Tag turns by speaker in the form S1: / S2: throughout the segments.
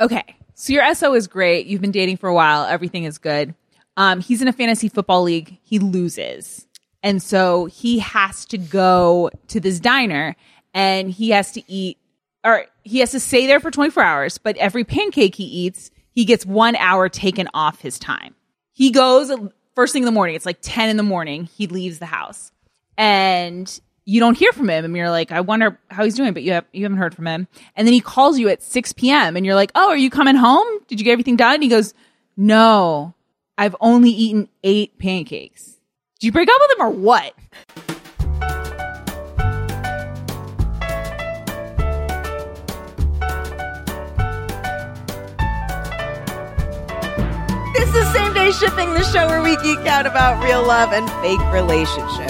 S1: Okay. So your SO is great. You've been dating for a while. Everything is good. Um, he's in a fantasy football league. He loses. And so he has to go to this diner and he has to eat or he has to stay there for 24 hours, but every pancake he eats, he gets one hour taken off his time. He goes first thing in the morning. It's like 10 in the morning. He leaves the house and you don't hear from him. And you're like, I wonder how he's doing, but you, have, you haven't heard from him. And then he calls you at 6 p.m. and you're like, Oh, are you coming home? Did you get everything done? And he goes, No, I've only eaten eight pancakes. Did you break up with him or what?
S2: It's the same day shipping, the show where we geek out about real love and fake relationships.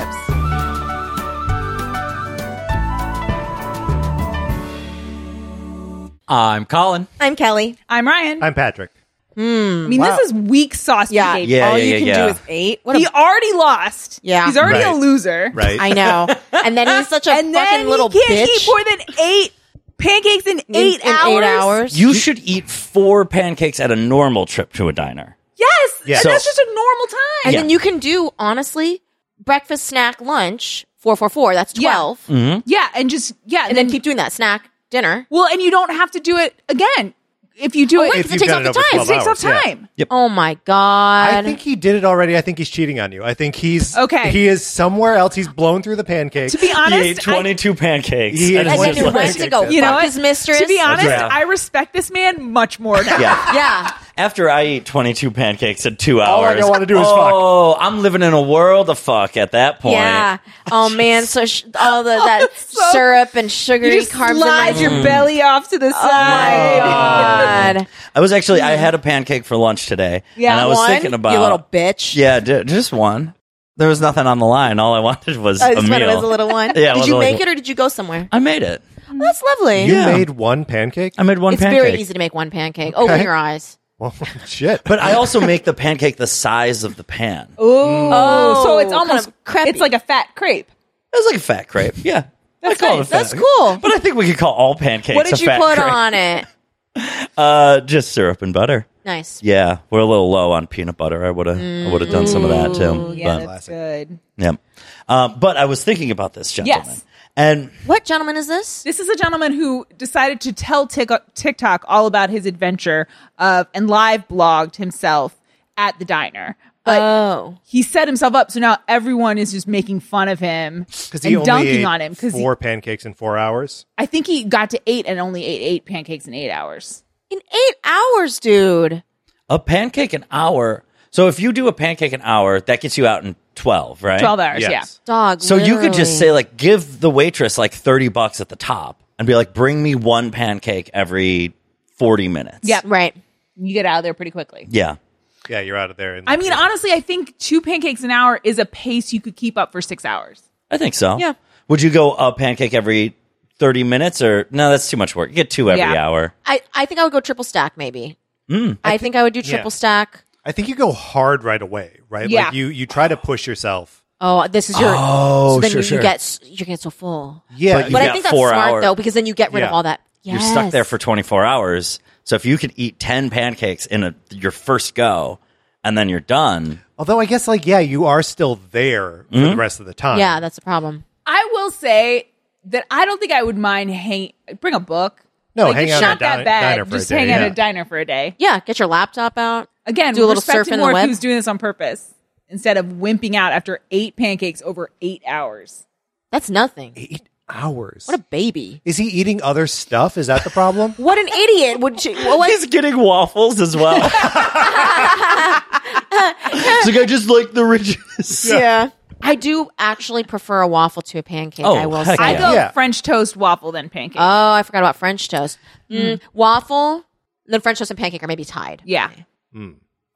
S3: I'm Colin.
S2: I'm Kelly.
S1: I'm Ryan.
S4: I'm Patrick.
S1: I mean, this is weak sauce.
S2: Yeah.
S1: brigade.
S3: Yeah,
S2: All
S3: yeah,
S2: you
S3: yeah,
S2: can
S3: yeah.
S2: do is eight. What
S1: He
S2: a,
S1: already lost.
S2: Yeah.
S1: He's already a
S4: Right.
S1: loser.
S4: Right.
S2: I know. And then he's such a
S1: and
S2: fucking
S1: then
S2: little
S1: he can't
S2: bitch.
S1: eat more than eight pancakes in eight
S2: in
S1: hours.
S2: eight hours.
S3: You should eat four pancakes at a normal trip to a diner.
S1: Yes,
S4: Yeah.
S1: and
S4: So-
S1: that's just a normal time.
S2: and then you can do honestly breakfast, snack, lunch. Four, four, four. That's
S1: Yeah.
S2: twelve.
S1: yeah, and just yeah, and,
S2: And
S1: then,
S2: then keep doing that snack, dinner.
S1: well, and you don't have to do it again if you do it.
S2: wait,
S4: Oh, If
S2: it
S4: you've
S2: takes
S4: done
S2: off
S4: it
S2: the
S4: over
S2: time.
S1: It
S4: 12
S1: takes up
S4: hours, yeah.
S1: time.
S2: Oh my god!
S4: I think he did it already. I think he's cheating on you. I think he's
S1: Okay.
S4: He is somewhere else. He's blown through the pancakes.
S1: To be
S3: He ate
S1: honest, I-
S3: 22 pancakes.
S4: He
S3: at
S4: ate
S2: and
S3: his
S2: then
S4: Wonderful.
S2: he
S3: lunch
S2: went to go
S4: You
S1: know
S2: fuck
S1: what?
S2: his mistress.
S1: to be honest,
S3: right.
S1: I respect this man much more now.
S3: Yeah.
S2: yeah.
S3: After I eat 22 pancakes in two hours,
S4: All I don't wanna do is fuck.
S3: Oh, I'm living in a world of fuck at that point.
S2: Yeah. Oh man, so sh- all the that syrup and
S1: You
S2: sugary
S1: just
S2: carbs.
S1: slide
S2: in
S1: your belly off to the side.
S2: God.
S3: I was actually, I had a pancake for lunch today.
S1: Yeah,
S3: and I was
S2: Mm. One,
S3: thinking about.
S2: you little bitch.
S3: Yeah, d- just one. There was nothing on the line. All I wanted was
S2: I
S3: a
S2: just
S3: meal.
S2: thought it was a little one.
S3: Yeah, it
S2: did
S3: was
S2: you
S3: a
S2: make
S3: little-
S2: it or did you go somewhere?
S3: I made it.
S2: Oh, that's lovely.
S4: you
S3: Yeah.
S4: made one pancake.
S3: I made one
S2: It's
S3: pancake.
S2: very easy to make one pancake. Open
S4: Okay.
S2: your eyes.
S4: Well, shit.
S3: But I also make the pancake the size of the pan. It
S1: Oh, so it's
S2: kind
S1: almost
S2: of crepey.
S1: It's like a fat crepe.
S3: was like a fat crepe. Yeah. That's, I call
S1: nice.
S3: it a fat
S2: That's
S3: crepe.
S2: cool.
S3: But I think we could call all pancakes
S2: What did
S3: a
S2: you
S3: fat
S2: put
S3: crepe.
S2: on it?
S3: Uh, just syrup and butter.
S2: Nice.
S3: Yeah, we're a little low on peanut butter. I would have, I would have done some of that
S2: Mm,
S3: too.
S1: Yeah,
S3: but,
S1: that's good.
S3: yeah. Um, but I was thinking about this gentleman,
S1: Yes.
S3: and
S2: What gentleman is this?
S1: This is a gentleman who decided to tell Tik- TikTok all about his adventure of and live blogged himself at the diner. But
S2: oh.
S1: he set himself up, so now everyone is just making fun of him
S4: Because
S1: and
S4: he only
S1: dunking
S4: ate
S1: on him because
S4: four pancakes in four hours.
S1: I think he got to eight and only ate eight pancakes in eight hours.
S2: In eight hours, dude.
S3: A pancake an hour. So if you do a pancake an hour, that gets you out in 12, right?
S1: Twelve hours,
S4: Yes.
S1: yeah.
S2: Dog.
S3: So you could just say
S2: literally.
S3: like give the waitress like 30 bucks at the top and be like bring me one pancake every 40 minutes.
S1: Yeah.
S2: Right.
S1: You get out of there pretty quickly.
S3: Yeah.
S4: Yeah, you're out of there. in-
S1: I mean, honestly, I think two pancakes an hour is a pace you could keep up for six hours.
S3: I think so.
S2: Yeah.
S3: Would you go a pancake every 30 minutes or no, that's too much work. You get two every
S1: Yeah.
S3: hour.
S2: I, I think I would go triple stack, maybe.
S3: Hmm.
S2: I, think, I would do triple stack.
S4: I think you go hard right away, right?
S1: Yeah.
S4: Like you you try to push yourself.
S2: Oh, this is your.
S3: Oh,
S2: so then
S3: sure,
S2: you,
S3: sure.
S2: you get s- you get so full.
S4: Yeah,
S3: But you
S2: but I
S3: got
S2: think that's
S3: four
S2: smart
S3: hour-
S2: though because then you get rid of
S4: Yeah.
S2: all that.
S3: You're stuck
S2: Yes.
S3: there for 24 hours. So if you could eat 10 pancakes in a, your first go and then you're done.
S4: Although I guess like yeah, you are still there for
S3: Mm-hmm.
S4: the rest of the time.
S2: Yeah, that's a problem.
S1: I will say that I don't think I would mind hang bring a book.
S4: No,
S1: Like,
S4: hang
S1: it's
S4: out
S1: not
S4: at a
S1: that
S4: di-
S1: bad.
S4: diner for a
S1: just
S4: day,
S1: hang out
S4: yeah.
S1: at a diner for a day.
S2: Yeah, get your laptop out.
S1: Again,
S2: do a little
S1: respect
S2: surf
S1: him
S2: in
S1: more
S2: the
S1: if
S2: web.
S1: he was doing this on purpose instead of wimping out after eight pancakes over eight hours.
S2: that's nothing.
S4: Eight hours.
S2: What a baby!
S4: Is he eating other stuff? Is that the problem?
S2: What an idiot! Would you? Well, like,
S3: He's getting waffles as well. it's like I just like the riches.
S2: yeah, I do actually prefer a waffle to a pancake.
S3: Oh,
S2: I will say.
S3: heck
S1: I
S3: Yeah.
S1: go
S4: Yeah.
S1: French toast waffle then pancake.
S2: Oh, I forgot about French toast.
S1: Hmm.
S2: Mm. Waffle, then French toast and pancake are maybe tied.
S1: yeah.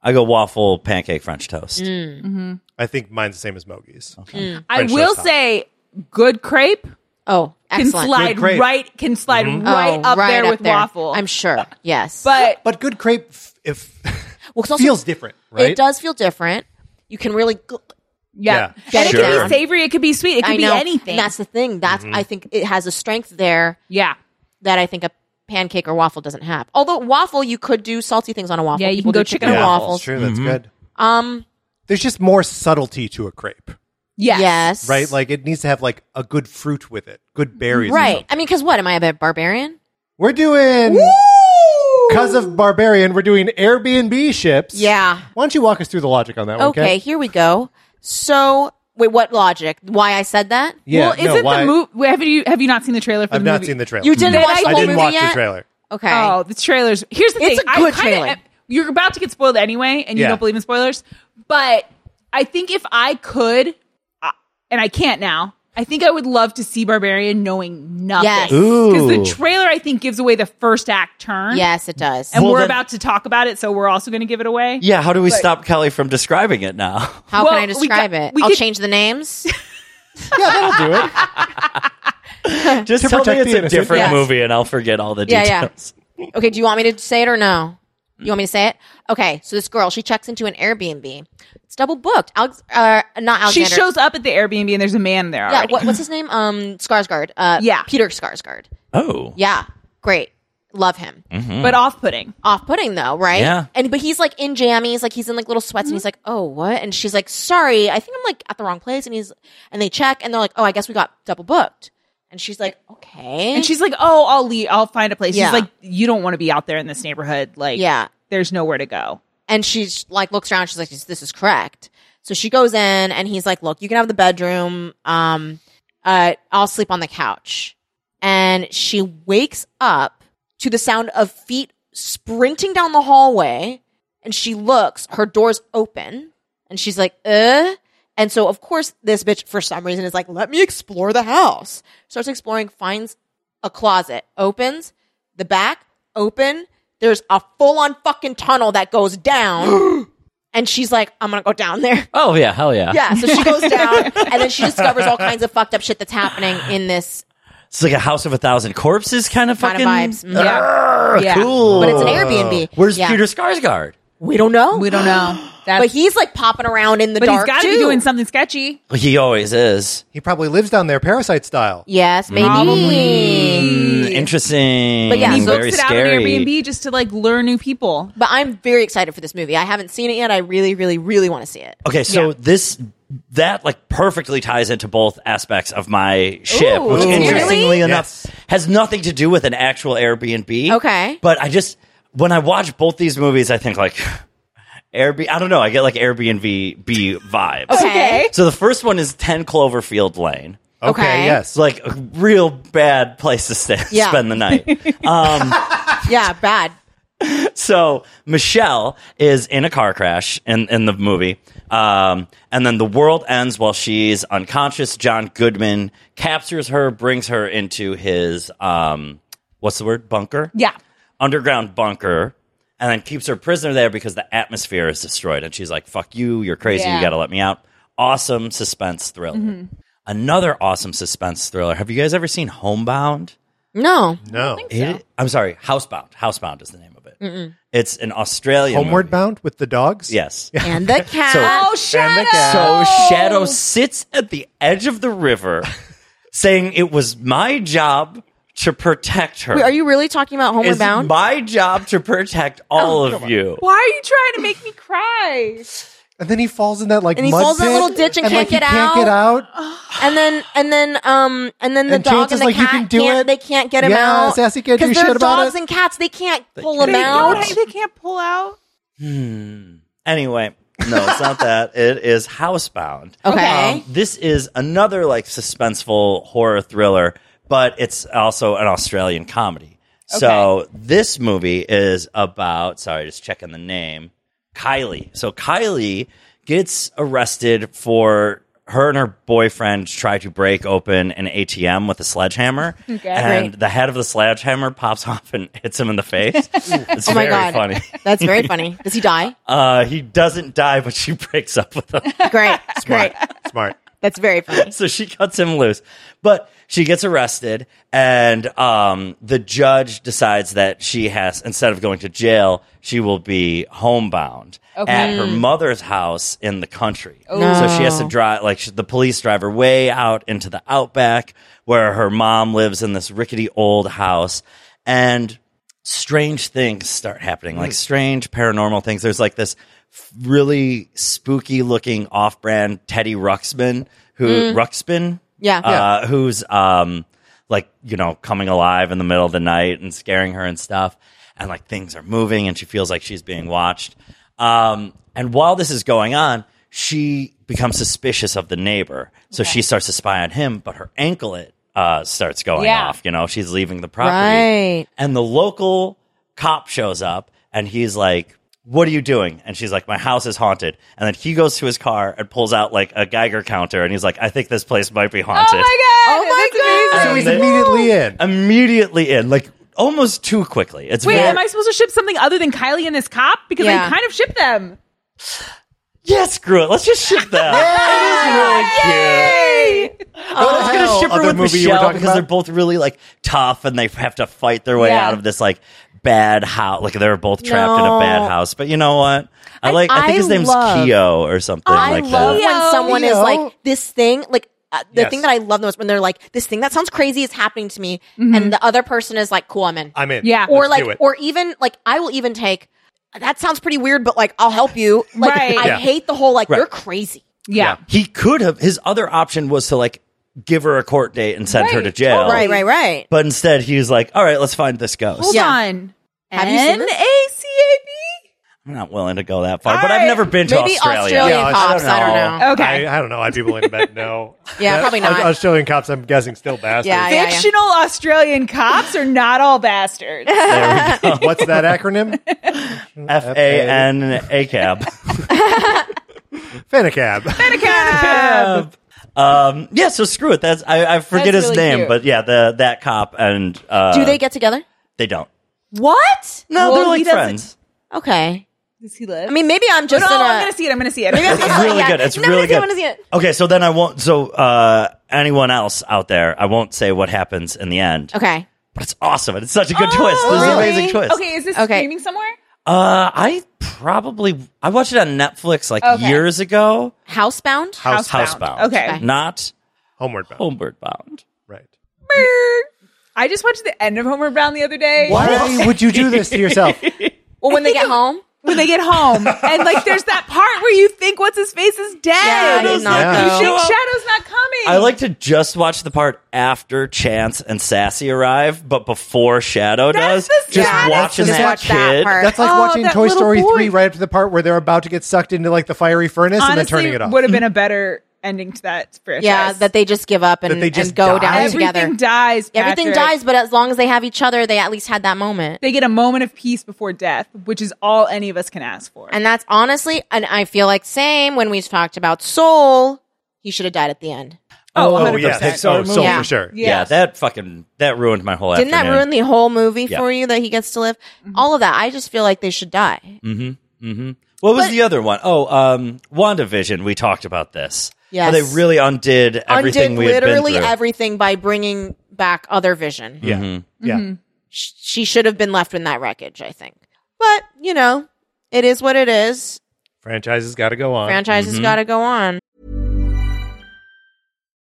S3: I go waffle, pancake, French toast.
S2: Mm.
S4: I think mine's the same as Mogi's.
S1: I
S4: French
S1: will
S4: toast.
S1: say good crepe
S2: Oh,
S1: can
S2: excellent.
S1: slide
S4: Good crepe. Mm-hmm.
S1: right can slide
S2: Oh,
S1: right up there with waffle.
S2: I'm sure. Yes,
S1: but
S4: But good crepe f- if
S2: Well, 'cause also-
S4: feels different, right?
S2: it does feel different. You can really gl-
S1: yeah.
S2: Yeah.
S1: And it
S3: Sure.
S1: could be savory, it could be sweet, it could
S2: I
S1: be
S2: know.
S1: anything.
S2: And that's the thing. That's
S4: Mm-hmm.
S2: I think it has a strength there
S1: yeah.
S2: that I think a pancake or waffle doesn't have. Although waffle, you could do salty things on a waffle.
S1: Yeah, you
S2: People
S1: can go
S2: do chicken
S1: chicken
S2: and
S1: and
S4: that's
S2: waffles.
S4: True, that's good.
S2: Um,
S4: Mm-hmm. There's just more subtlety to a crepe,
S1: Yes.
S2: yes,
S4: right? Like it needs to have like a good fruit with it, good berries. and
S2: right.
S4: stuff.
S2: I mean, because what am I a barbarian?
S4: We're doing because of Barbarian. We're doing Airbnb ships.
S2: Yeah.
S4: Why don't you walk us through the logic on that? one,
S2: Okay, here we go. So wait, what logic? Why I said that?
S4: Yeah.
S1: well, isn't
S4: no, why-
S1: the movie? Have you have you not seen the trailer for
S4: I've
S1: the
S4: not
S1: movie?
S4: seen the trailer.
S2: You didn't
S1: Then
S2: watch
S1: I
S2: the
S4: I
S2: whole
S4: didn't
S2: movie
S4: watch
S2: yet?
S4: the trailer.
S2: Okay.
S1: Oh, the trailers. Here's the
S2: It's
S1: thing.
S2: a
S1: I
S2: good
S1: kinda-
S2: trailer.
S1: You're about to get spoiled anyway, and you
S4: Yeah.
S1: don't believe in spoilers. But I think if I could, uh, and I can't now, I think I would love to see Barbarian knowing
S2: Yes.
S1: nothing. Because the trailer, I think, gives away the first act turn.
S2: Yes, it does.
S1: And
S3: Well,
S1: we're
S3: then-
S1: about to talk about it, so we're also going to give it away.
S3: Yeah, how do we stop Kelly from describing it now?
S2: How
S1: Well,
S2: can I
S1: we got-
S2: describe it?
S1: we
S2: I'll
S1: could-
S2: change the names.
S4: Yeah, that'll do it.
S3: Just tell me it's
S4: protect the
S3: a
S4: innocent.
S3: different
S2: Yes.
S3: movie and I'll forget all the
S2: Yeah,
S3: details.
S2: yeah. Okay, do you want me to say it or no? You want me to
S1: Mm-hmm.
S2: say it? Okay, so this girl, she checks into an Airbnb. It's double booked. Alex, uh, not
S1: She
S2: Alexander.
S1: shows up at the Airbnb, and there's a man there
S2: Yeah,
S1: already.
S2: what, what's his name? Um, Skarsgård. Uh,
S1: Yeah.
S2: Peter Skarsgård.
S3: Oh.
S2: Yeah, great. Love him.
S1: But off-putting.
S2: Off-putting though, right?
S3: Yeah.
S2: And but he's like in jammies, like he's in like little sweats,
S1: Mm-hmm.
S2: and he's like, "Oh, what?" And she's like, "Sorry, I think I'm like at the wrong place." And he's and they check, and they're like, "Oh, I guess we got double booked." And she's like, "Okay."
S1: And she's like, "Oh, I'll leave. I'll find a place."
S2: Yeah.
S1: She's like, "You don't want to be out there in this neighborhood. Like,
S2: Yeah.
S1: there's nowhere to go."
S2: and she's like looks around she's like this is correct so she goes in and he's like look you can have the bedroom um uh i'll sleep on the couch and she wakes up to the sound of feet sprinting down the hallway and she looks her door's open and she's like uh and so of course this bitch for some reason is like let me explore the house starts exploring finds a closet opens the back open there's a full-on fucking tunnel that goes down and she's like i'm gonna go down there
S3: Oh, yeah. Hell yeah.
S2: yeah so she goes down and then she discovers all kinds of fucked up shit that's happening in this
S3: It's like a house of a thousand corpses kind of
S2: Kind
S3: fucking
S2: of vibes. Mhm.
S3: Arrgh,
S1: Yeah.
S3: Cool.
S2: but it's an
S4: Uh,
S2: airbnb
S3: Where's
S2: Yeah.
S3: Peter Skarsgård?
S2: we don't know
S1: We don't know. That's,
S2: but he's like popping around in the
S1: but he's
S2: dark
S1: got to
S2: too
S1: be doing something sketchy.
S3: He always is.
S4: He probably lives down there, parasite style.
S2: yes maybe
S3: Mm, Hmm, interesting.
S2: But yeah,
S1: He
S2: Mm,
S1: books
S3: very
S1: it
S3: scary.
S1: out on Airbnb just to like lure new people.
S2: but i'm very excited for this movie i haven't seen it yet i really really really want to see it
S3: Okay, so this that like perfectly ties into both aspects of my ship, which
S2: Ooh.
S3: interestingly
S2: Really?
S3: enough
S4: Yes.
S3: has nothing to do with an actual Airbnb.
S2: Okay.
S3: But I just when I watch both these movies, I think like Airbnb. I don't know. I get like Airbnb B vibes.
S2: Okay.
S3: So the first one is 10 Cloverfield Lane.
S4: Okay,
S2: Okay.
S4: yes.
S3: It's like a real bad place to stay,
S2: Yeah.
S3: spend the night. um,
S2: Yeah, bad.
S3: so Michelle is in a car crash in, in the movie. Um, and then the world ends while she's unconscious. John Goodman captures her, brings her into his, um, what's the word? Bunker?
S1: Yeah.
S3: underground bunker and then keeps her prisoner there because the atmosphere is destroyed. And she's like, fuck you, you're crazy,
S1: Yeah. Mm-hmm.
S3: you gotta let me out. Awesome suspense thriller. Another awesome suspense thriller. Have you guys ever seen Homebound?
S2: No.
S4: No.
S3: It- I'm sorry, Housebound. Housebound is the name of it. It's an Australian.
S4: Homeward
S3: movie.
S4: bound with the dogs?
S3: Yes.
S2: And the cat.
S1: Oh, Shadow.
S4: cat.
S3: So
S2: Oh.
S3: Shadow sits at the edge of the river saying it was my job to protect her.
S2: Wait, are you Oh, really talking about Homeward
S3: it's
S2: Bound?
S3: my job to protect all of you.
S1: Why are you trying to make me cry?
S4: And then he falls in that like
S2: And he
S4: mud
S2: falls in a
S4: pit,
S2: little ditch and
S4: like,
S2: can't get
S4: he can't get out.
S2: and then and then um and then the
S4: And
S2: dog
S4: Chance
S2: and
S4: is
S2: the
S4: like, you
S2: cat
S4: can do
S2: not
S4: it.
S2: they can't get him
S4: Yeah,
S2: out
S4: Sassy can't do
S2: because they're
S4: shit about
S2: dogs
S4: it.
S2: and cats they can't pull
S3: can't.
S2: him
S1: They,
S2: out.
S1: don't- they can't pull out.
S3: Anyway, no, it's not that. It is Housebound.
S4: Um,
S2: Okay.
S3: This is another like suspenseful horror thriller, but it's also an Australian comedy. So this movie is about, sorry, just checking the name, Kylie. So Kylie gets arrested for her and her boyfriend try to break open an ATM with a sledgehammer. and the head of the sledgehammer pops off and hits him in the face. it's
S2: oh my
S3: very
S2: god,
S3: funny.
S2: that's very funny. Does he die?
S3: Uh, he doesn't die, but she breaks up with him.
S2: Great, great.
S4: Smart.
S2: That's very funny.
S3: so she cuts him loose. But she gets arrested, and um, the judge decides that she has, instead of going to jail, she will be homebound at her mother's house in the country. So she has to drive, like, she, the police drive her way out into the outback where her mom lives in this rickety old house. And strange things start happening, like strange paranormal things. There's like this f- really spooky looking off brand Teddy Ruxpin, who Ruxpin,
S2: Hmm. Yeah.
S3: uh, who's um like you know coming alive in the middle of the night and scaring her and stuff, and like things are moving and she feels like she's being watched. Um, and while this is going on, she becomes suspicious of the neighbor, so she starts to spy on him, but her ankle it uh, starts going
S1: Yeah.
S3: off. You know, she's leaving the property.
S2: Right.
S3: And the local cop shows up and he's like, What are you doing? And she's like, My house is haunted. And then he goes to his car and pulls out like a Geiger counter and he's like, I think this place might be
S1: Oh
S3: haunted.
S1: my god!
S2: Oh my
S1: That's
S2: God.
S4: So
S1: amazing.
S4: he's immediately in.
S3: Immediately in, like almost too quickly. It's
S1: Wait,
S3: very-
S1: am I supposed to ship something other than Kylie and this cop? Because
S2: Yeah.
S1: I kind of ship them.
S3: yeah, screw it. Let's just ship them. It is really cute.
S1: Hey!
S3: I was going to ship her
S4: Other
S3: with
S4: movie you were
S3: Michelle
S4: talking
S3: because
S4: about?
S3: they're both really like tough and they have to fight their way
S1: Yeah.
S3: out of this like bad house. Like they're both trapped in a
S2: No.
S3: bad house. But you know what? I like. I, think his
S2: I
S3: name's
S2: love-
S3: Keo or something
S2: I
S3: like
S2: love
S3: that.
S2: when someone is
S4: Leo.
S2: like this thing, like uh, the
S4: Yes.
S2: thing that I love the most when they're like this thing that sounds crazy is happening to me,
S1: Mm-hmm.
S2: and the other person is like, "Cool, I'm in."
S4: I'm in.
S1: Yeah.
S2: or
S4: Let's
S2: like
S4: do it.
S2: or even like I will even take that sounds pretty weird, but like I'll help you. Like
S1: Right.
S2: I
S1: Yeah.
S2: hate the whole like
S3: Right.
S2: you're crazy.
S1: Yeah.
S3: He could have. His other option was to like give her a court date and send her to
S1: Right,
S3: jail.
S1: totally.
S2: Right, right, right.
S3: But instead, he was like, "All right, let's find this ghost."
S1: Hold
S2: Yeah.
S1: on.
S2: Have you seen this?
S1: N-A-C-A-B?
S3: I'm not willing to go that far, but
S1: All
S3: I've
S1: right.
S3: never been to
S2: Maybe
S3: Australia.
S2: Australian
S4: Yeah,
S2: cops. I don't know.
S1: Okay.
S4: I, I don't know. I'd be willing to bet no.
S2: Yeah,
S4: That-
S2: probably not.
S4: Australian cops, I'm guessing, still bastards.
S2: Yeah, yeah.
S1: Fictional Australian cops are not all bastards.
S4: What's that acronym?
S3: F A N A cab.
S4: Fanacab.
S3: Um, yeah, so screw it. That's I, I forget
S1: That's
S3: his
S1: really
S3: name,
S1: cute.
S3: but yeah, the that cop and uh,
S2: Do they get together?
S3: They don't.
S2: What?
S3: No,
S1: Well,
S3: they're
S1: he
S3: like
S1: doesn't-
S3: friends.
S2: Okay.
S1: Does he live?
S2: I mean, maybe I'm
S1: no,
S2: just in a.
S1: I'm going to see it. I'm going to see it.
S2: Maybe that's-
S3: It's really
S2: Yeah.
S3: good. It's
S2: No, I'm
S3: really
S2: gonna see it, I'm gonna
S3: good.
S2: see it.
S3: Okay, so then I won't. So uh, anyone else out there, I won't say what happens in the end.
S2: okay.
S3: but it's awesome and it's such a good twist. This is an
S2: really?
S3: amazing twist.
S1: Okay, is this
S2: Okay.
S1: streaming somewhere?
S3: Uh, I probably I watched it on Netflix like
S1: Okay.
S3: years ago.
S2: Housebound.
S4: House,
S3: Housebound.
S1: Okay.
S3: Not
S4: Homeward bound.
S3: homeward bound.
S4: Right.
S1: I just watched the end of Homeward Bound the other day.
S4: Why would you do this to yourself?
S2: Well, when they get home.
S1: When they get home, and like, there's that part where you think what's his face is dead.
S2: Yeah, I did
S1: Shadow's
S2: not
S1: not-
S4: know.
S1: You think Shadow's not coming,
S3: I like to just watch the part after Chance and Sassy arrive, but before Shadow
S1: That's
S3: does.
S1: the
S3: Just
S1: saddest
S3: watching
S4: Just
S3: that
S2: watch that
S3: kid.
S2: part.
S4: That's like
S1: Oh,
S4: watching
S1: that
S4: Toy
S1: little
S4: Story
S1: boy.
S4: 3 right up to the part where they're about to get sucked into like the fiery furnace and then
S1: Honestly,
S4: turning it off.
S1: would have been a better ending to that franchise.
S2: yeah, that they just give up and,
S4: That they just
S2: and go
S4: die?
S2: down
S1: everything
S2: together.
S1: dies.
S2: Everything
S1: Patrick.
S2: dies, but as long as they have each other, they at least had that moment.
S1: They get a moment of peace before death, which is all any of us can ask for.
S2: And that's honestly, and I feel like same when we've talked about Soul, he should have died at the end.
S1: oh,
S4: oh,
S1: 100%.
S4: yeah.
S3: Pixar
S4: oh, so
S2: movie.
S4: for sure.
S3: yeah. that fucking that ruined my whole
S2: Didn't that ruin the whole movie
S3: Yeah.
S2: for you that he gets to live?
S1: Mm-hmm.
S2: All of that. I just feel like they should die.
S3: hmm What was the other one? Oh, um, WandaVision. We talked about this.
S2: Yes.
S3: How they really undid everything
S2: Undid
S3: we had
S2: literally
S3: been through.
S2: everything by bringing back other vision.
S4: Yeah.
S1: Mm-hmm.
S4: Yeah.
S2: Sh- She should have been left in that wreckage, I think. But, you know, it is what it is.
S4: Franchise has got to go on.
S2: Franchise has got to go on.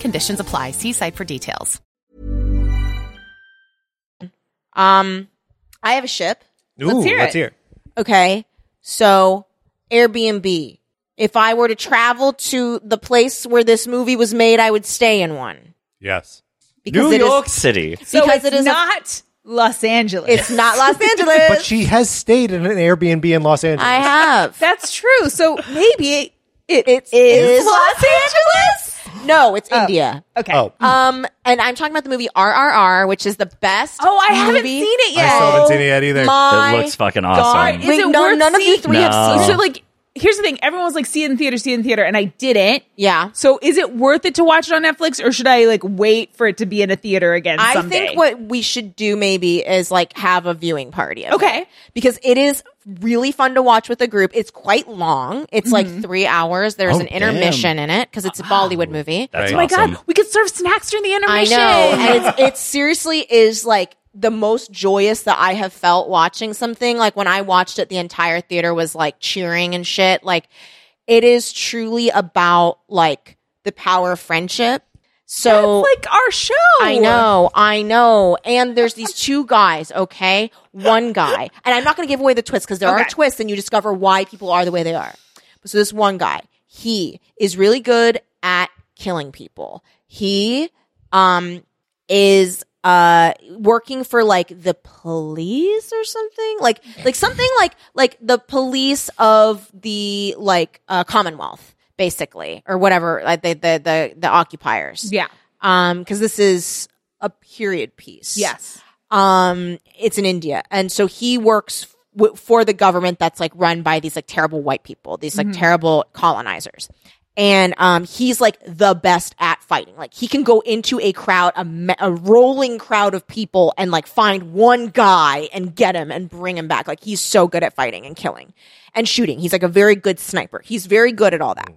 S5: conditions apply. See site for details.
S2: Um, I have a ship.
S4: Ooh,
S1: Let's hear
S4: let's
S1: it.
S4: hear.
S2: Okay. So Airbnb. If I were to travel to the place where this movie was made, I would stay in one.
S4: Yes.
S2: Because
S3: New
S2: it is-
S3: York City.
S1: so
S2: because
S1: it's
S2: it is a-
S1: not Los Angeles.
S2: it's not Los Angeles.
S4: But she has stayed in an Airbnb in Los Angeles.
S2: I have.
S1: That's true. So maybe it, it
S2: is
S1: is Los Angeles. Hmm.
S2: No, it's India.
S1: Okay.
S4: Oh,
S2: Um, and I'm talking about the movie RRR, which is the best.
S1: Oh, I haven't
S2: movie.
S1: seen it
S4: I
S1: yet.
S4: still haven't seen it yet either.
S2: Oh My
S3: it looks fucking
S1: God,
S3: awesome.
S1: is
S2: Wait,
S1: it
S2: no-
S1: worth
S2: none of you
S1: seeing?
S2: three have No.
S3: Oh.
S2: seen it.
S1: So, like, here's the thing: everyone was like, "See it in theater, see it in theater," and I didn't.
S2: Yeah.
S1: So, is it worth it to watch it on Netflix, or should I like wait for it to be in a theater again?
S2: I
S1: someday?
S2: think what we should do maybe is like have a viewing party. of
S1: Okay.
S2: it. Because it is really fun to watch with a group. It's quite long.
S1: Mm-hmm.
S2: It's like three hours. There's
S3: Oh,
S2: an intermission in it because it's a Bollywood movie.
S3: That's
S1: Oh my
S3: awesome.
S1: God, we could serve snacks during the
S2: I
S1: intermission.
S2: know. and it's, it seriously is like the most joyous that I have felt watching something. Like when I watched it, the entire theater was like cheering and shit. Like it is truly about like the power of friendship. So
S1: That's like our show.
S2: I know, I know. And there's these two guys, okay? One guy. And I'm not going to give away the twist because there are
S1: Okay.
S2: twists and you discover why people are the way they are. But so this one guy, he is really good at killing people. He um is uh working for like the police or something like like something like like the police of the like uh commonwealth basically or whatever like the the the, the occupiers
S1: Yeah.
S2: um because this is a period piece
S1: Yes.
S2: um it's in india and so he works w- for the government that's like run by these like terrible white people these like terrible colonizers and um he's like the best at fighting like he can go into a crowd a, me- a rolling crowd of people and like find one guy and get him and bring him back like he's so good at fighting and killing and shooting he's like a very good sniper he's very good at all that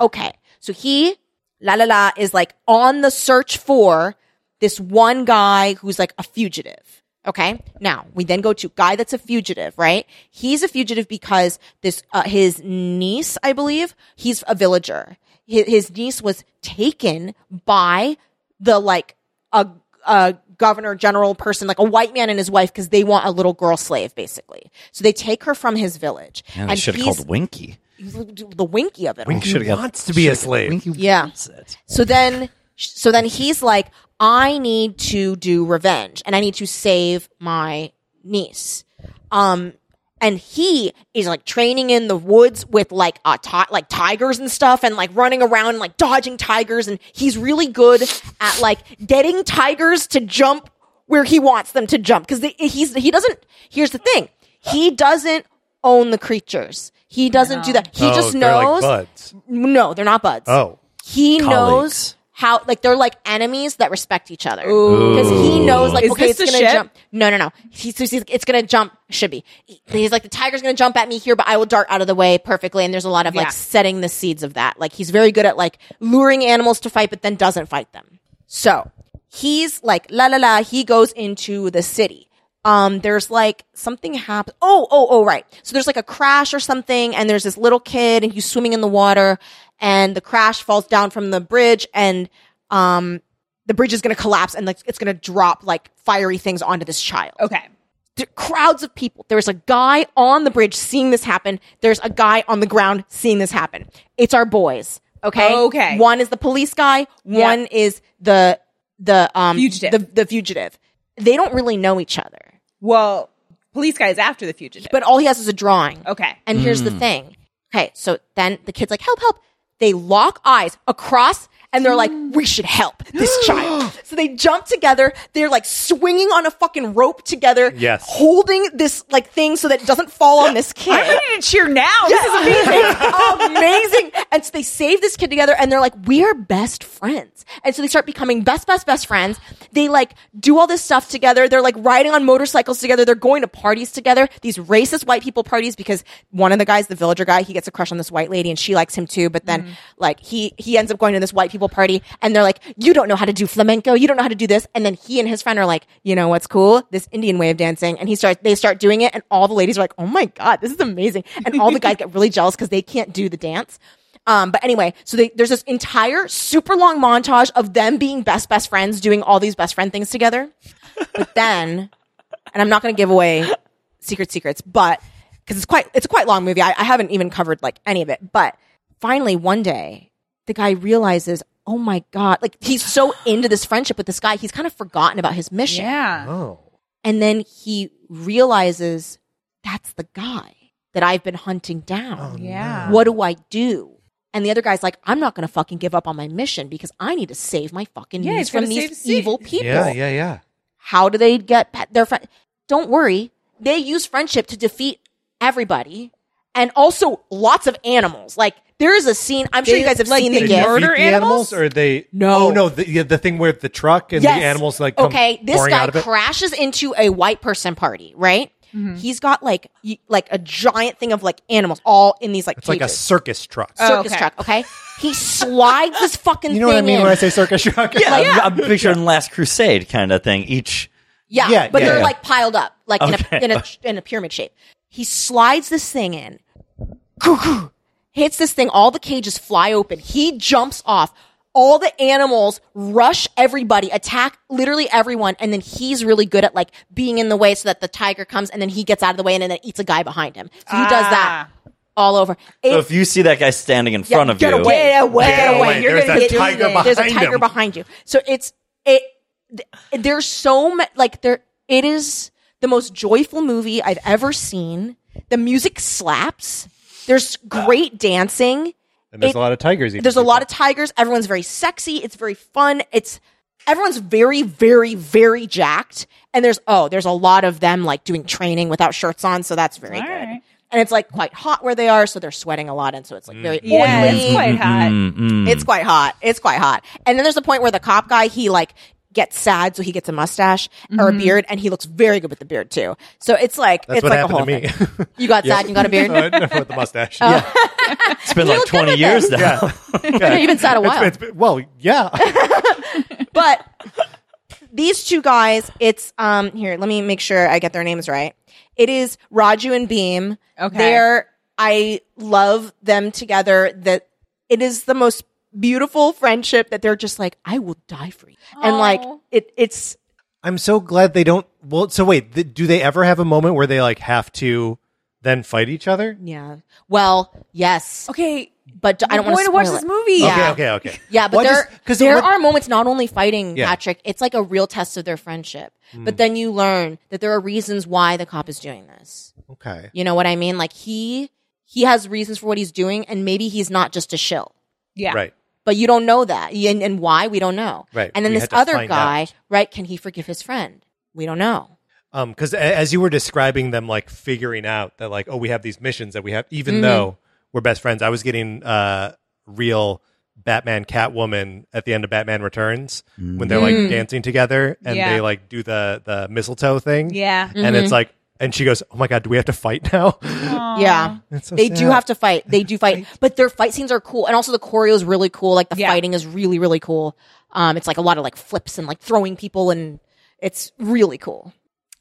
S2: okay, so he la la la is like on the search for this one guy who's like a fugitive. Okay. Now we then go to guy that's a fugitive, right? He's a fugitive because this, uh, his niece, I believe, he's a villager. His, his niece was taken by the like a a governor general person like a white man and his wife because they want a little girl slave basically so they take her from his village
S3: Man, I should have
S2: he's-
S3: called Winky.
S2: the winky of it all.
S3: Should have
S4: wants to be a slave.
S3: Winky
S2: Yeah.
S3: wants it.
S2: So then, so then he's like, I need to do revenge and I need to save my niece. Um, and he is like training in the woods with like a ti- like tigers and stuff and like running around and like dodging tigers and he's really good at like getting tigers to jump where he wants them to jump because he's he doesn't here's the thing he doesn't own the creatures he doesn't do that he
S4: Oh,
S2: just
S4: they're like
S2: knows
S4: buds.
S2: no they're not buds
S4: Oh.
S2: he
S3: Colleagues.
S2: knows how like they're like enemies that respect each other because he knows like
S1: Is
S2: okay
S1: this
S2: it's
S1: the
S2: gonna
S1: ship?
S2: jump no no no he's, he's, it's gonna jump should be he's like the tiger's gonna jump at me here but i will dart out of the way perfectly and there's a lot of
S1: Yeah.
S2: like setting the seeds of that like he's very good at like luring animals to fight but then doesn't fight them so he's like la la la he goes into the city um there's like something happens oh oh oh right so there's like a crash or something and there's this little kid and he's swimming in the water and the crash falls down from the bridge and um the bridge is going to collapse and like it's going to drop like fiery things onto this child
S1: Okay.
S2: there- crowds of people. There's a guy on the bridge seeing this happen. There's a guy on the ground seeing this happen. It's our boys. Okay.
S1: Okay.
S2: One is the police guy. One is the the um
S1: Fugitive.
S2: The, the fugitive. They don't really know each other,
S1: Well, police guy is after the fugitive.
S2: but all he has is a drawing.
S1: okay.
S2: And here's the thing. Okay. So then the kid's like, help, help. They lock eyes across and they're like, we should help this child. So they jump together. They're like swinging on a fucking rope together.
S4: Yes.
S2: Holding this like thing so that it doesn't fall on this kid.
S1: I'm ready to cheer now. This is amazing.
S2: It's amazing. And so they save this kid together and they're like, we are best friends. And so they start becoming best, best, best friends. They like do all this stuff together. They're like riding on motorcycles together. They're going to parties together, these racist white people parties because one of the guys, the villager guy, he gets a crush on this white lady and she likes him too. But then like he, he ends up going to this white people party and they're like, you don't know how to do flamenco. You don't know how to do this. And then he and his friend are like, you know what's cool? This Indian way of dancing. And he starts, they start doing it and all the ladies are like, oh my God, this is amazing. And all the guys get really jealous because they can't do the dance. Um, but anyway, so they, there's this entire super long montage of them being best best friends, doing all these best friend things together. But then, and I'm not going to give away secret secrets, but because it's quite it's a quite long movie, I, I haven't even covered like any of it. But finally, one day, the guy realizes, oh my god, like he's so into this friendship with this guy, he's kind of forgotten about his mission.
S1: Yeah.
S4: Oh.
S2: And then he realizes that's the guy that I've been hunting down.
S1: Oh, Yeah.
S2: What do I do? And the other guy's like, I'm not going to fucking give up on my mission because I need to save my fucking
S1: Yeah,
S2: niece
S1: he's
S2: from
S1: gotta save
S2: these
S1: the sea.
S2: evil people.
S4: Yeah, yeah, yeah.
S2: How do they get pa- their friend? Don't worry. They use friendship to defeat everybody and also lots of animals. Like, there is a scene, I'm sure
S1: They-
S2: you guys have
S1: like,
S2: seen
S1: they
S2: the
S4: Did you
S2: gift.
S1: murder
S4: feed the
S1: animals?
S4: or they
S2: No.
S4: Oh no, the, yeah, the thing where the truck and the animals like come
S2: okay this
S4: pouring
S2: guy
S4: out of it.
S2: crashes into a white person party right he's got like y- like a giant thing of like animals all in these like
S4: It's like a
S2: cages.
S4: circus truck.
S2: circus
S1: okay.
S2: truck okay he slides this fucking
S4: you know what
S2: thing
S4: I mean
S2: in.
S4: when I say circus truck? Yeah,
S3: I'm, I'm picturing Last Crusade kind of thing. Each
S2: Yeah,
S4: Yeah,
S2: but
S4: yeah,
S2: they're
S4: yeah.
S2: like piled up, like
S3: Okay.
S2: in a in a in a pyramid shape. He slides this thing in, hits this thing. All the cages fly open. He jumps off. All the animals rush everybody, attack literally everyone, and then he's really good at like being in the way so that the tiger comes, and then he gets out of the way, and then it eats a guy behind him. So he does that all over.
S3: So
S2: It's-
S3: if you see that guy standing in
S2: yeah,
S3: front of
S2: get
S3: you,
S2: away, get away,
S4: Get away.
S2: You're
S4: There's
S2: gonna
S4: that
S2: get
S4: tiger
S2: eaten. There's a
S4: behind
S2: tiger
S4: him.
S2: behind you. So it's it. th- There's so much like there. It is the most joyful movie I've ever seen. The music slaps. There's great dancing.
S4: and there's
S2: it-
S4: a lot of tigers. eating
S2: There's a
S4: people.
S2: lot of tigers. Everyone's very sexy. It's very fun. It's everyone's very, very, very jacked. And there's oh, there's a lot of them like doing training without shirts on, so that's very
S1: All
S2: good.
S1: right.
S2: And it's like quite hot where they are, so they're sweating a lot, and so it's like very
S1: Yeah,
S2: oily.
S1: it's quite
S3: Mm-hmm.
S1: hot.
S4: Hmm.
S2: It's quite hot. It's quite hot. And then there's the point where the cop guy, he like gets sad, so he gets a mustache or a beard, and he looks very good with the beard too. So it's like
S4: Mm-hmm. That's
S2: it's
S4: what
S2: like a Oh.
S4: happened
S2: whole
S4: to me.
S2: thing. You got sad and you got a beard.
S4: Uh, no, with the mustache. Yeah.
S3: it's been like
S2: look good
S3: 20
S2: with
S3: years
S2: it.
S3: now.
S4: Yeah.
S2: You've been sad a
S4: It's-
S2: while.
S4: it's been- well, yeah.
S2: but these two guys, it's um here, let me make sure I get their names right. It is Raju and Beam.
S1: Okay.
S2: They're I love them together. That it is the most beautiful friendship that they're just like, I will die for you. And like it it's
S4: I'm so glad they don't. Well, so wait, th- do they ever have a moment where they like have to then fight each other?
S2: yeah. Well, yes.
S1: Okay,
S2: But d- I don't
S1: I'm going
S2: want
S1: to watch
S2: spoil
S1: this
S2: it.
S1: movie.
S2: Yeah.
S4: Okay, okay, okay.
S2: Yeah, but
S4: Well, I
S2: there,
S4: just- 'cause
S2: there
S4: what-
S2: are moments not only fighting
S4: Yeah. Hmm.
S2: Patrick, it's like a real test of their friendship. But then you learn that there are reasons why the cop is doing this.
S4: Okay.
S2: You know what I mean? Like he he has reasons for what he's doing, and maybe he's not just a shill.
S1: Yeah.
S4: Right.
S2: But you don't know that, and, and why we don't know.
S4: Right.
S2: And then
S4: We
S2: this
S4: had to
S2: other
S4: find
S2: guy,
S4: out.
S2: right? Can he forgive his friend? We don't know.
S4: Um, because as you were describing them, like figuring out that, like, oh, we have these missions that we have, even
S2: Mm-hmm.
S4: though we're best friends. I was getting uh real Batman Catwoman at the end of Batman Returns when they're
S2: Mm-hmm.
S4: like dancing together and
S1: Yeah.
S4: they like do the the mistletoe thing.
S1: Yeah.
S4: and
S2: Mm-hmm.
S4: it's like, and she goes, "Oh my god, do we have to fight now?"
S2: Yeah.
S4: That's so
S2: they do
S4: sad.
S2: have to fight. They do fight. But their fight scenes are cool. And also the choreo is really cool. Like the
S1: Yeah.
S2: fighting is really, really cool. Um, it's like a lot of like flips and like throwing people and it's really cool.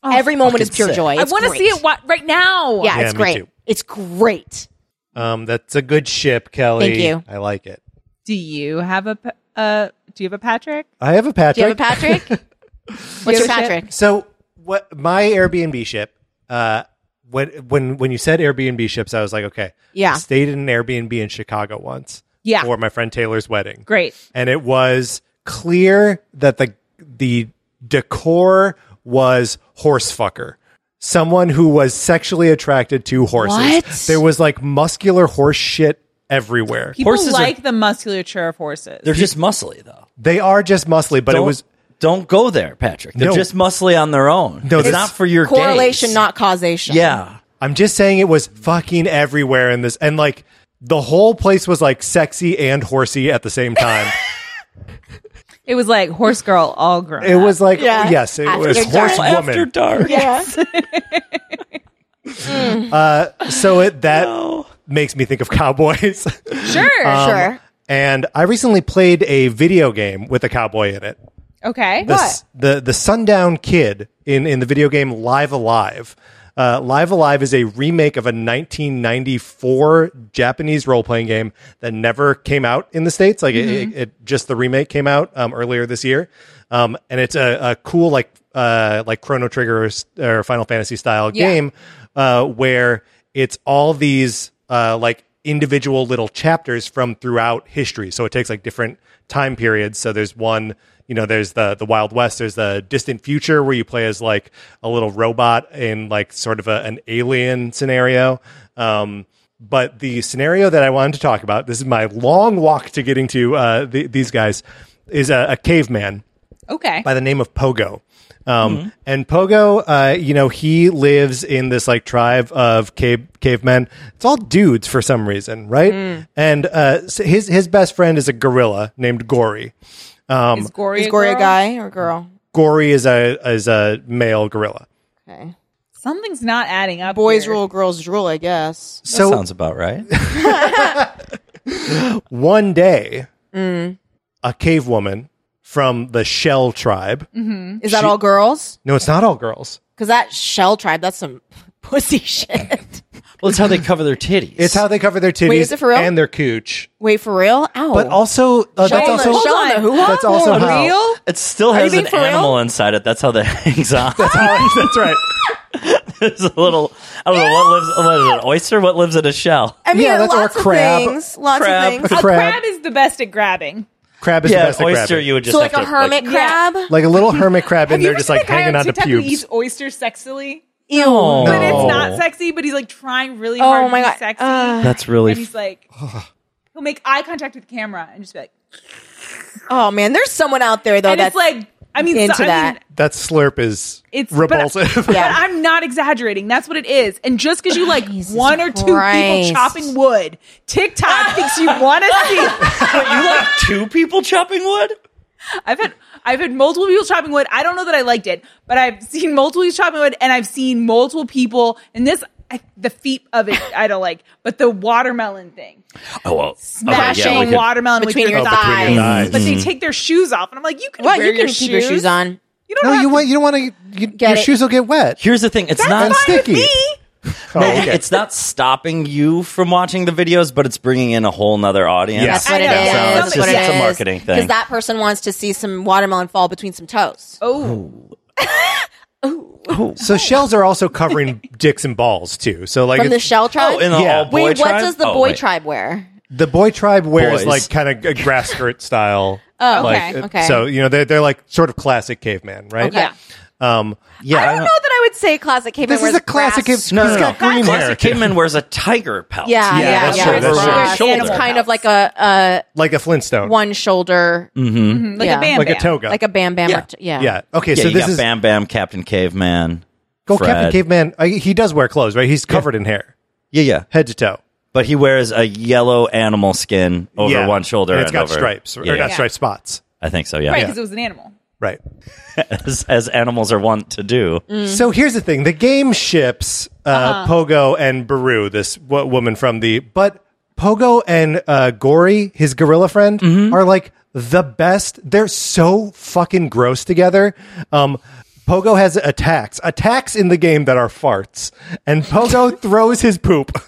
S2: Every moment is pure joy.
S1: Oh, I
S2: It's
S1: want to
S2: great.
S1: see it wa- right now.
S2: Yeah,
S4: Yeah,
S2: it's
S4: me
S2: great.
S4: too.
S2: It's great.
S4: Um, that's a good ship, Kelly.
S2: Thank you.
S4: I like it.
S1: Do you have a pa- uh? Do you have a Patrick?
S4: I have a Patrick.
S2: Do you have a Patrick? What's your
S1: have a ship?
S2: Patrick?
S4: So what my Airbnb ship, uh when when when you said Airbnb ships, I was like, okay.
S2: Yeah.
S4: Stayed in an Airbnb in Chicago once.
S1: Yeah.
S4: For my friend Taylor's wedding.
S1: Great.
S4: And it was clear that the the decor was horsefucker. Someone who was sexually attracted to horses.
S2: What?
S4: There was like muscular horse shit everywhere.
S1: People
S3: Horses are-
S1: like the musculature of horses.
S3: They're just muscly though.
S4: They are just muscly, but
S3: don't,
S4: it was
S3: don't go there, Patrick. They're
S4: No.
S3: just muscly on their own.
S4: No,
S3: it's
S4: this-
S3: not for your
S2: Correlation,
S3: gaze.
S2: not causation.
S3: yeah.
S4: I'm just saying it was fucking everywhere in this, and like the whole place was like sexy and horsey at the same time.
S1: it was like horse girl all grown.
S4: it was like
S2: Yeah.
S4: yes, it
S2: After
S4: was
S2: dark.
S4: horse
S3: Well, After
S4: woman.
S3: dark.
S2: Yeah.
S4: Uh, so it that
S3: No.
S4: makes me think of cowboys.
S1: sure.
S2: sure.
S4: and I recently played a video game with a cowboy in it.
S1: Okay.
S4: The s- the the Sundown Kid in in the video game Live Alive. Uh, Live Alive is a remake of a 1994 Japanese role playing game that never came out in the states. Like it-
S1: Mm-hmm.
S4: it, it, just the remake came out um, earlier this year, um, and it's a, a cool like uh, like Chrono Trigger or, s- or Final Fantasy style
S1: Yeah.
S4: game uh, where it's all these uh, like individual little chapters from throughout history. So it takes like different time periods. So there's one, you know, there's the the Wild West. There's the distant future where you play as like a little robot in like sort of a, an alien scenario. Um, but the scenario that I wanted to talk about, this is my long walk to getting to uh, the, these guys, is a, a caveman
S1: okay.
S4: by the name of Pogo. Um,
S2: Mm-hmm.
S4: And Pogo, uh, you know, he lives in this like tribe of cave cavemen. It's all dudes for some reason, right?
S2: Mm.
S4: And uh, so his his best friend is a gorilla named Gory.
S3: Um,
S1: is Gory
S2: Is
S1: a
S2: Gory a
S1: girl?
S2: guy or girl?
S4: Gory is a is a male gorilla.
S2: Okay.
S1: Something's not adding up.
S2: Boys
S1: here.
S2: rule, girls rule, I guess.
S3: That sounds about right.
S4: One day,
S2: Mm.
S4: a cave woman from the Shell tribe.
S2: Is that all girls?
S4: No, it's not all girls.
S2: Because that shell tribe, that's some pussy shit.
S3: Well, it's how they cover their titties.
S4: It's how they cover their titties
S2: is it for real? Oh.
S4: and their cooch.
S2: Wait, for real? Ow.
S4: But also, uh, that's
S2: Shell on the-
S4: also
S2: shell on the hoo-ha?
S4: that's also
S1: For
S4: how-
S1: real?
S3: It still
S2: you
S3: has
S2: being
S3: an
S2: for real?
S3: animal inside it. That's how that hangs on.
S4: that's right.
S3: It's a little. I don't know what lives. What is it? An oyster? What lives in a shell?
S2: I mean,
S4: Yeah, that's- or
S2: lots of
S4: crab.
S2: things. Lots
S3: Crab.
S2: of
S1: A
S2: things.
S4: Crab.
S1: crab is the best at grabbing.
S4: Crab is the
S3: yeah,
S4: best
S3: an
S4: at
S3: oyster.
S4: grabbing.
S3: You would just
S2: So like a
S3: have to,
S2: hermit crab?
S4: like a little hermit crab in
S1: Have you
S4: there,
S1: ever
S4: just
S1: seen
S4: like
S1: the guy
S4: hanging
S1: on
S4: out of
S1: TikTok who
S4: pubes.
S1: eats oysters sexily.
S2: Ew.
S3: No.
S1: But it's not
S3: Oh.
S1: sexy, but he's like trying really
S2: Oh
S1: hard
S2: my
S1: to be
S2: God.
S1: sexy.
S2: Ugh.
S3: That's really.
S1: and he's like, he'll make eye contact with the camera and just be like,
S2: Oh man, there's someone out there though
S1: and
S2: Oh, that's
S1: it's like, I mean, so-
S2: into
S1: I mean,
S2: that.
S4: That slurp is
S1: it's
S4: repulsive.
S1: But, but I'm not exaggerating. That's what it is. And just because you like one or two
S2: Christ.
S1: people chopping wood, TikTok thinks you want to see.
S3: What, you like two people chopping wood?
S1: I've had I've had multiple people chopping wood. I don't know that I liked it, but I've seen multiple people chopping wood, and I've seen multiple people. And this, I, the feet of it, I don't like. But the watermelon thing,
S3: Oh well.
S1: smashing
S3: okay, yeah, we could- Oh,
S1: watermelon
S2: Between
S1: with your,
S2: your
S1: thighs.
S2: thighs.
S4: Between your thighs.
S1: But
S3: Mm-hmm.
S1: they take their shoes off, and I'm like, you can
S2: What
S1: wear
S2: you can
S1: your,
S2: keep your shoes on.
S1: You don't
S4: no,
S1: have
S4: you
S1: to
S4: want you don't want to. You,
S2: Get
S4: your
S2: it.
S4: shoes will get wet.
S3: Here's the thing. It's
S1: That's
S3: not.
S1: fine with
S4: sticky.
S1: me.
S4: Oh, okay.
S3: It's not stopping you from watching the videos, but it's bringing in a whole nother audience.
S4: Yes.
S2: That's what it
S1: I know.
S2: is.
S1: So
S2: That's
S1: it's
S2: what
S3: just-
S2: it
S3: it's a
S2: is.
S3: marketing thing.
S2: Because that person wants to see some watermelon fall between some toes.
S1: Oh,
S4: So shells are also covering dicks and balls too. So like
S2: From the
S4: it's-
S2: shell tribe?
S3: Oh, in the
S4: Yeah.
S3: all boy
S2: wait, what
S3: tribe?
S2: does the
S3: Oh,
S2: boy
S3: wait.
S2: tribe wear?
S4: the boy tribe wears
S3: Boys.
S4: like kind of a grass skirt style.
S2: Oh, okay,
S4: like, uh,
S2: okay.
S4: So you know they're they're like sort of classic caveman, right?
S2: Okay. Yeah.
S4: Um,
S3: Yeah,
S2: I don't know that I would say classic caveman.
S4: this is
S2: wears
S4: a classic.
S2: grass.
S4: He's
S3: No, no,
S4: got
S3: no.
S4: green hair,
S3: Classic Kidman wears a tiger pelt.
S2: Yeah, yeah,
S4: Yeah,
S2: yeah.
S4: that's true,
S2: it's
S4: that's true.
S2: grass,
S3: Shoulder
S2: and it's kind
S1: pelt.
S2: of like a,
S4: like a Flintstone,
S2: a one shoulder,
S1: Mm-hmm. like
S2: Yeah.
S1: a bam,
S4: like
S1: bam.
S4: a toga,
S2: like a bam bam. Yeah. yeah.
S4: yeah. Okay,
S3: Yeah,
S4: so
S3: you
S4: this
S3: got
S4: is
S3: Bam Bam, Captain Caveman.
S4: go
S3: Fred.
S4: Captain Caveman. Uh, he does wear clothes, right? He's covered in hair,
S3: Yeah, yeah.
S4: head to toe.
S3: But he wears a yellow animal skin over
S4: Yeah.
S3: one shoulder.
S4: and it's got
S3: over-
S4: stripes
S3: Yeah,
S4: or
S3: yeah.
S4: not stripes, spots.
S3: I think so. Yeah,
S1: right? Because it was an animal.
S4: Right.
S3: as, as animals are wont to do.
S2: Mm.
S4: So here's the thing: the game ships uh, Pogo and Baru, this w- woman from the, but Pogo and uh, Gory, his gorilla friend, are like the best. They're so fucking gross together. Um, Pogo has attacks, attacks in the game that are farts, and Pogo throws his poop.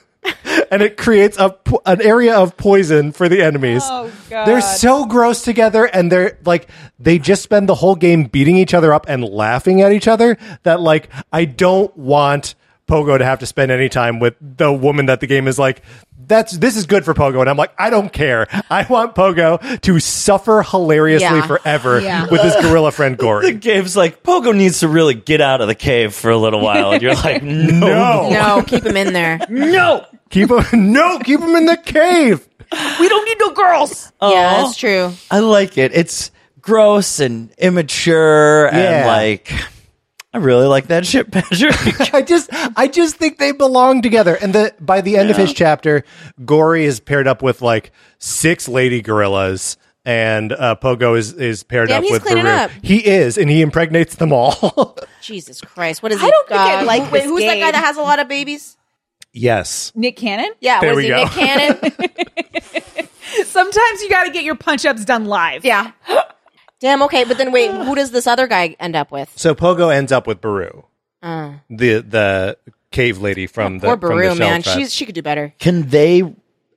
S4: And it creates a po- an area of poison for the enemies.
S1: Oh, God.
S4: They're so gross together, and they're like they just spend the whole game beating each other up and laughing at each other. That like I don't want Pogo to have to spend any time with the woman that the game is like. That's this is good for Pogo, and I'm like I don't care. I want Pogo to suffer hilariously
S2: Yeah.
S4: forever
S1: Yeah.
S4: with his gorilla friend
S3: The
S4: Gory.
S3: game's like Pogo needs to really get out of the cave for a little while, and you're like,
S4: Oh.
S3: no,
S2: No, keep him in there.
S3: no.
S4: keep him no, keep him in the cave.
S1: We don't need no girls.
S2: Yeah, that's true.
S3: I like it. It's gross and immature,
S4: Yeah.
S3: and like I really like that shit measure.
S4: I just I just think they belong together. And the by the end of his chapter, Gory is paired up with like six lady gorillas. And uh, Pogo is, is paired
S2: Damn,
S4: up
S2: he's
S4: with
S2: cleaning
S4: Baru.
S2: up.
S4: He is, and he impregnates them all.
S2: Jesus Christ, what is he?
S1: I don't think I
S2: God?
S1: like
S2: Wait,
S1: this
S2: who's that guy
S1: game.
S2: that has a lot of babies?
S4: yes,
S1: Nick Cannon.
S2: Yeah,
S4: There
S2: was
S4: we
S2: he
S4: go.
S2: Nick Cannon?
S1: Sometimes you got to get your punch ups done live.
S2: yeah. Damn. Okay, but then wait, who does this other guy end up with?
S4: so Pogo ends up with Baru, the the cave lady from the
S2: Uh. Poor
S4: from the
S2: Baru,
S4: shell
S2: man.
S4: tribe.
S2: She's, she could do better.
S3: Can they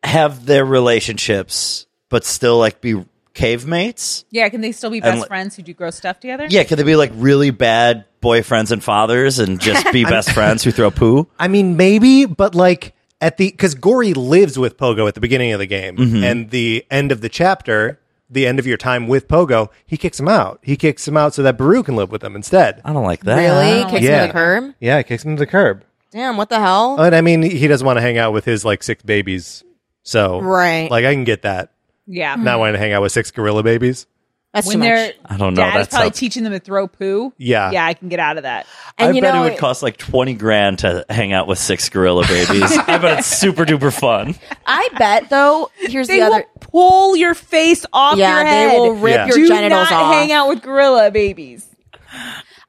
S3: have their relationships but still like be cave mates?
S1: Yeah, can they still be
S3: And
S1: best
S3: li-
S1: friends who do gross stuff together?
S3: Yeah, could they be like really bad boyfriends and fathers and just be best friends who throw poo?
S4: I mean, maybe, but like at the because Gory lives with Pogo at the beginning of the game,
S3: Mm-hmm.
S4: and the end of the chapter, the end of your time with Pogo, he kicks him out. He kicks him out so that Baru can live with him instead.
S3: I don't like that.
S2: Really? Kicks him
S4: yeah.
S2: to the curb?
S4: Yeah, he kicks him to the curb.
S2: Damn, what the
S1: Uh,
S2: hell?
S4: And I mean, he doesn't want to hang out with his like six babies, so
S2: Right.
S4: Like I can get that.
S1: Yeah.
S4: Not wanting to hang out with six gorilla babies.
S2: That's
S1: When
S2: too much.
S1: they're
S3: I don't know,
S1: Dad is
S3: that
S1: probably
S3: sounds-
S1: teaching them to throw poo.
S4: Yeah.
S1: Yeah, I can get out of that.
S2: And
S3: I
S2: you
S3: bet
S2: know,
S3: it would cost like twenty grand to hang out with six gorilla babies. I bet it's super duper fun.
S2: I bet though. Here's
S1: They
S2: the other.
S1: will pull your face off
S2: Yeah,
S1: your
S2: they
S1: head.
S2: will rip
S4: Yeah.
S2: your
S1: do
S2: genitals
S1: not
S2: off.
S1: hang out with gorilla babies.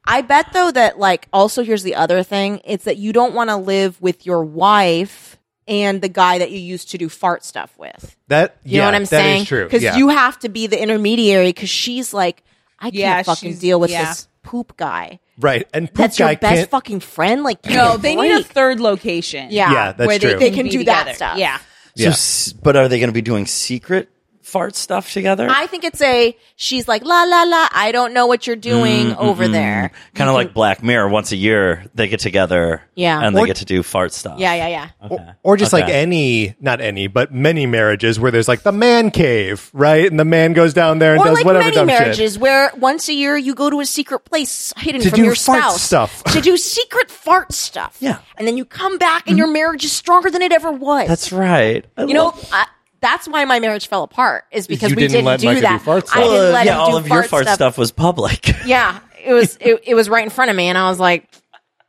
S2: I bet though that like also here's the other thing. It's that you don't want to live with your wife and the guy that you used to do fart stuff with.
S4: That
S2: You
S4: yeah,
S2: know what I'm saying?
S4: That is true.
S2: Because
S4: yeah.
S2: you have to be the intermediary. Because she's like, I can't
S1: Yeah,
S2: fucking
S1: she's-
S2: deal with
S1: yeah.
S2: this poop guy.
S4: right and poop
S2: That's
S4: guy
S2: your best
S4: can't.
S2: fucking friend. Like, give
S1: No,
S2: me a
S1: they need a
S2: break.
S1: third location.
S2: Yeah,
S4: Yeah, that's
S1: where
S4: true.
S1: They,
S2: They can
S1: be
S2: do that
S1: together.
S2: stuff.
S1: Yeah.
S4: Yeah.
S3: So, s- but are they going to be doing secret fart stuff together?
S2: I think it's a. She's like la la la. I don't know what you're doing
S4: Mm,
S2: over there.
S3: kind of like Black Mirror. Once a year, they get together.
S2: Mm-hmm. Yeah.
S3: and they
S4: Or-
S3: get to do fart stuff.
S2: Yeah, yeah, yeah.
S4: Or, or just like
S3: Okay.
S4: any, not any, but many marriages where there's like the man cave, right? And the man goes down there and
S2: or
S4: does
S2: like
S4: whatever
S2: many
S4: dumb
S2: marriages
S4: shit.
S2: where once a year you go to a secret place hidden
S4: To
S2: from
S4: do
S2: your
S4: fart
S2: spouse
S4: stuff.
S2: to do secret fart stuff.
S3: Yeah.
S2: and then you come back and
S4: Mm-hmm.
S2: your marriage is stronger than it ever was.
S3: that's right. I
S2: you know.
S3: love-
S2: I, that's why my marriage fell apart is because
S4: You
S2: we
S4: didn't
S2: didn't,
S4: let
S2: do
S4: Micah do
S2: that.
S4: fart
S2: I
S4: stuff.
S2: didn't let
S3: yeah,
S2: him
S3: all
S2: do
S3: of your fart stuff,
S2: stuff.
S3: was public.
S2: Yeah, it was it, it was right in front of me, and I was like,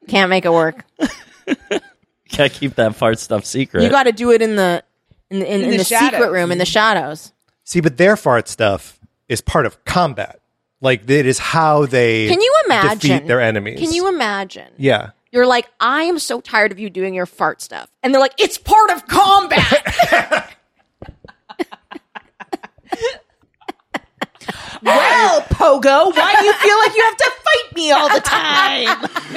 S2: can't make it work.
S3: Gotta keep that fart stuff secret.
S2: You got to do it in the in the, in, in
S1: the
S2: the secret
S1: shadows.
S2: room in the shadows.
S4: See, but their fart stuff is part of combat. Like it is how they
S2: Can you imagine
S4: defeat their enemies.
S2: Can you imagine?
S4: Yeah.
S2: You're like, I am so tired of you doing your fart stuff, and they're like, it's part of combat. Oh,
S1: Well, Pogo, why do you feel like you have to fight me all the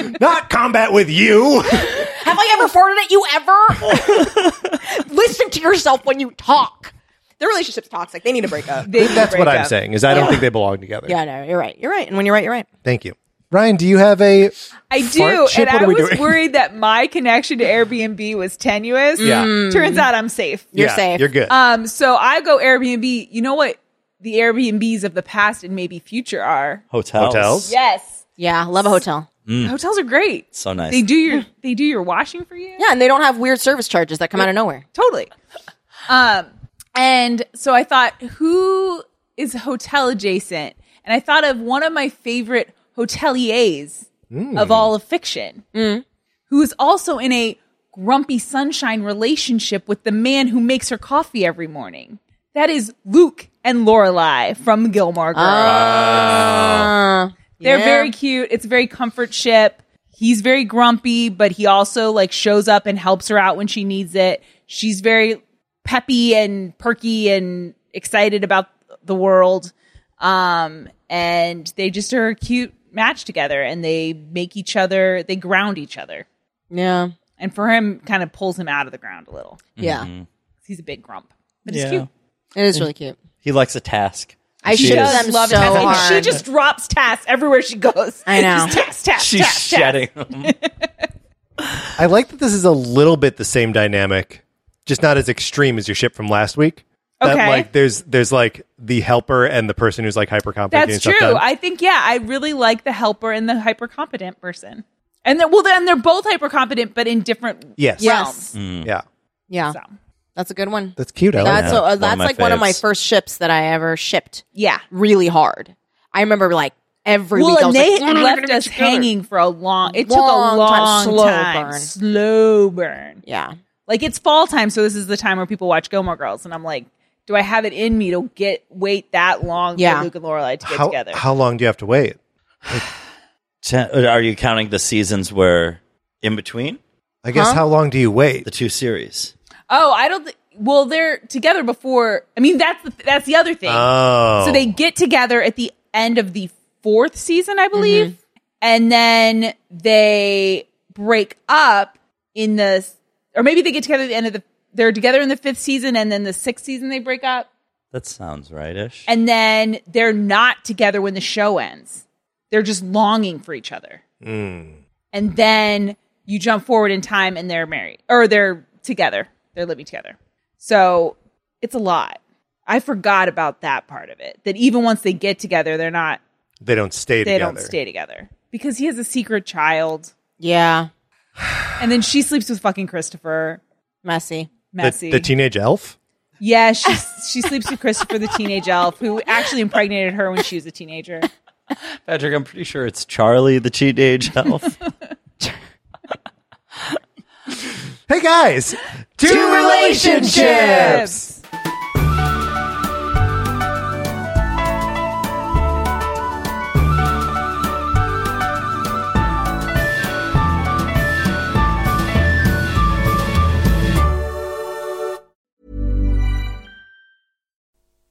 S1: time?
S4: Not combat with you.
S2: Have I ever farted at you ever? Listen to yourself when you talk. Their relationship's toxic. They need to break up.
S4: That's what I'm saying is I don't think they belong together.
S2: yeah, no, you're right. You're right. And when you're right, you're right.
S4: Thank you. Ryan, do you have a
S1: I do,
S4: fart chip?
S1: and
S4: What
S1: I
S4: are we
S1: was
S4: doing?
S1: worried that my connection to Airbnb was tenuous.
S4: Yeah. Mm.
S1: turns out I'm safe.
S2: You're
S4: Yeah,
S2: safe. Uh,
S4: You're good.
S1: Um, so I go Airbnb. You know what the Airbnbs of the past and maybe future are?
S3: Hotels.
S4: Hotels?
S1: Yes,
S2: Yeah, love a hotel.
S1: hotels are great.
S3: So nice.
S1: They do your they do your washing for you.
S2: Yeah, and they don't have weird service charges that come out of nowhere.
S1: totally. Um, and so I thought, who is hotel adjacent? And I thought of one of my favorite hoteliers of all of fiction, who is also in a grumpy sunshine relationship with the man who makes her coffee every morning. That is Luke and Lorelai from Gilmore Girls. They're
S2: Yeah.
S1: very cute. It's a very comfort ship. He's very grumpy, but he also like shows up and helps her out when she needs it. She's very peppy and perky and excited about the world. Um, and they just are a cute match together and they make each other, they ground each other.
S2: Yeah.
S1: And for him, kind of pulls him out of the ground a little.
S2: Yeah.
S4: Mm-hmm.
S1: He's a big grump, but it's cute.
S2: It is really cute.
S3: He likes a task.
S2: I
S3: She
S2: should
S3: is-
S2: them so
S1: it. And
S2: hard.
S1: she just drops tasks everywhere she goes.
S2: I know.
S1: Just tasks, tasks,
S3: She's
S1: tasks, tasks.
S3: shedding them.
S4: I like that this is a little bit the same dynamic, just not as extreme as your ship from last week.
S1: Okay.
S4: That like there's there's like the helper and the person who's like hyper competent.
S1: That's
S4: stuff
S1: true.
S4: done.
S1: I think yeah, I really like the helper and the hyper competent person. And then well then they're both hyper competent but in different
S4: yes.
S2: yes. Mm.
S4: Yeah.
S2: Yeah.
S1: so
S2: That's a good one.
S4: That's cute. I like
S2: That's
S4: that.
S3: Yeah,
S2: uh,
S3: one of
S2: that's
S3: my
S2: like one of my
S3: faves.
S2: first ships that I ever shipped
S1: yeah.
S2: really hard. I remember like every
S1: Well,
S2: week I
S1: and
S2: was
S1: they
S2: like, "Mm, I'm gonna
S1: left
S2: get
S1: us
S2: you together."
S1: hanging for a long. It
S2: Long
S1: took a
S2: time.
S1: long
S2: Slow
S1: time.
S2: burn.
S1: Slow burn.
S2: Yeah.
S1: Like it's fall time, so this is the time where people watch Gilmore Girls, and I'm like, do I have it in me to get wait that long
S2: Yeah.
S1: for Luke and Lorelai to get
S4: how,
S1: together?
S4: How long do you have to wait?
S3: Ten- Are you counting the seasons where in between
S4: I guess how long do you wait?
S3: the two series?
S1: oh, I don't. Th- well, they're together before. I mean, that's the th- that's the other thing.
S4: Oh.
S1: So they get together at the end of the fourth season, I believe, and then they break up in the, or maybe they get together at the end of the. They're together in the fifth season, and then the sixth season they break up,
S3: That sounds rightish.
S1: and then they're not together when the show ends. They're just longing for each other,
S4: Hmm.
S1: and then you jump forward in time, and they're married or they're together. They're living together. So it's a lot. I forgot about that part of it. That even once they get together, they're not
S4: They don't stay
S1: they
S4: together.
S1: don't stay together because he has a secret child,
S2: Yeah.
S1: and then she sleeps with fucking Christopher.
S2: Messy.
S1: Messy.
S4: The, the teenage elf?
S1: yeah, she she sleeps with Christopher, the teenage elf, who actually impregnated her when she was a teenager.
S3: Patrick, I'm pretty sure it's Charlie the teenage elf.
S4: Hey guys. Two,
S1: relationships.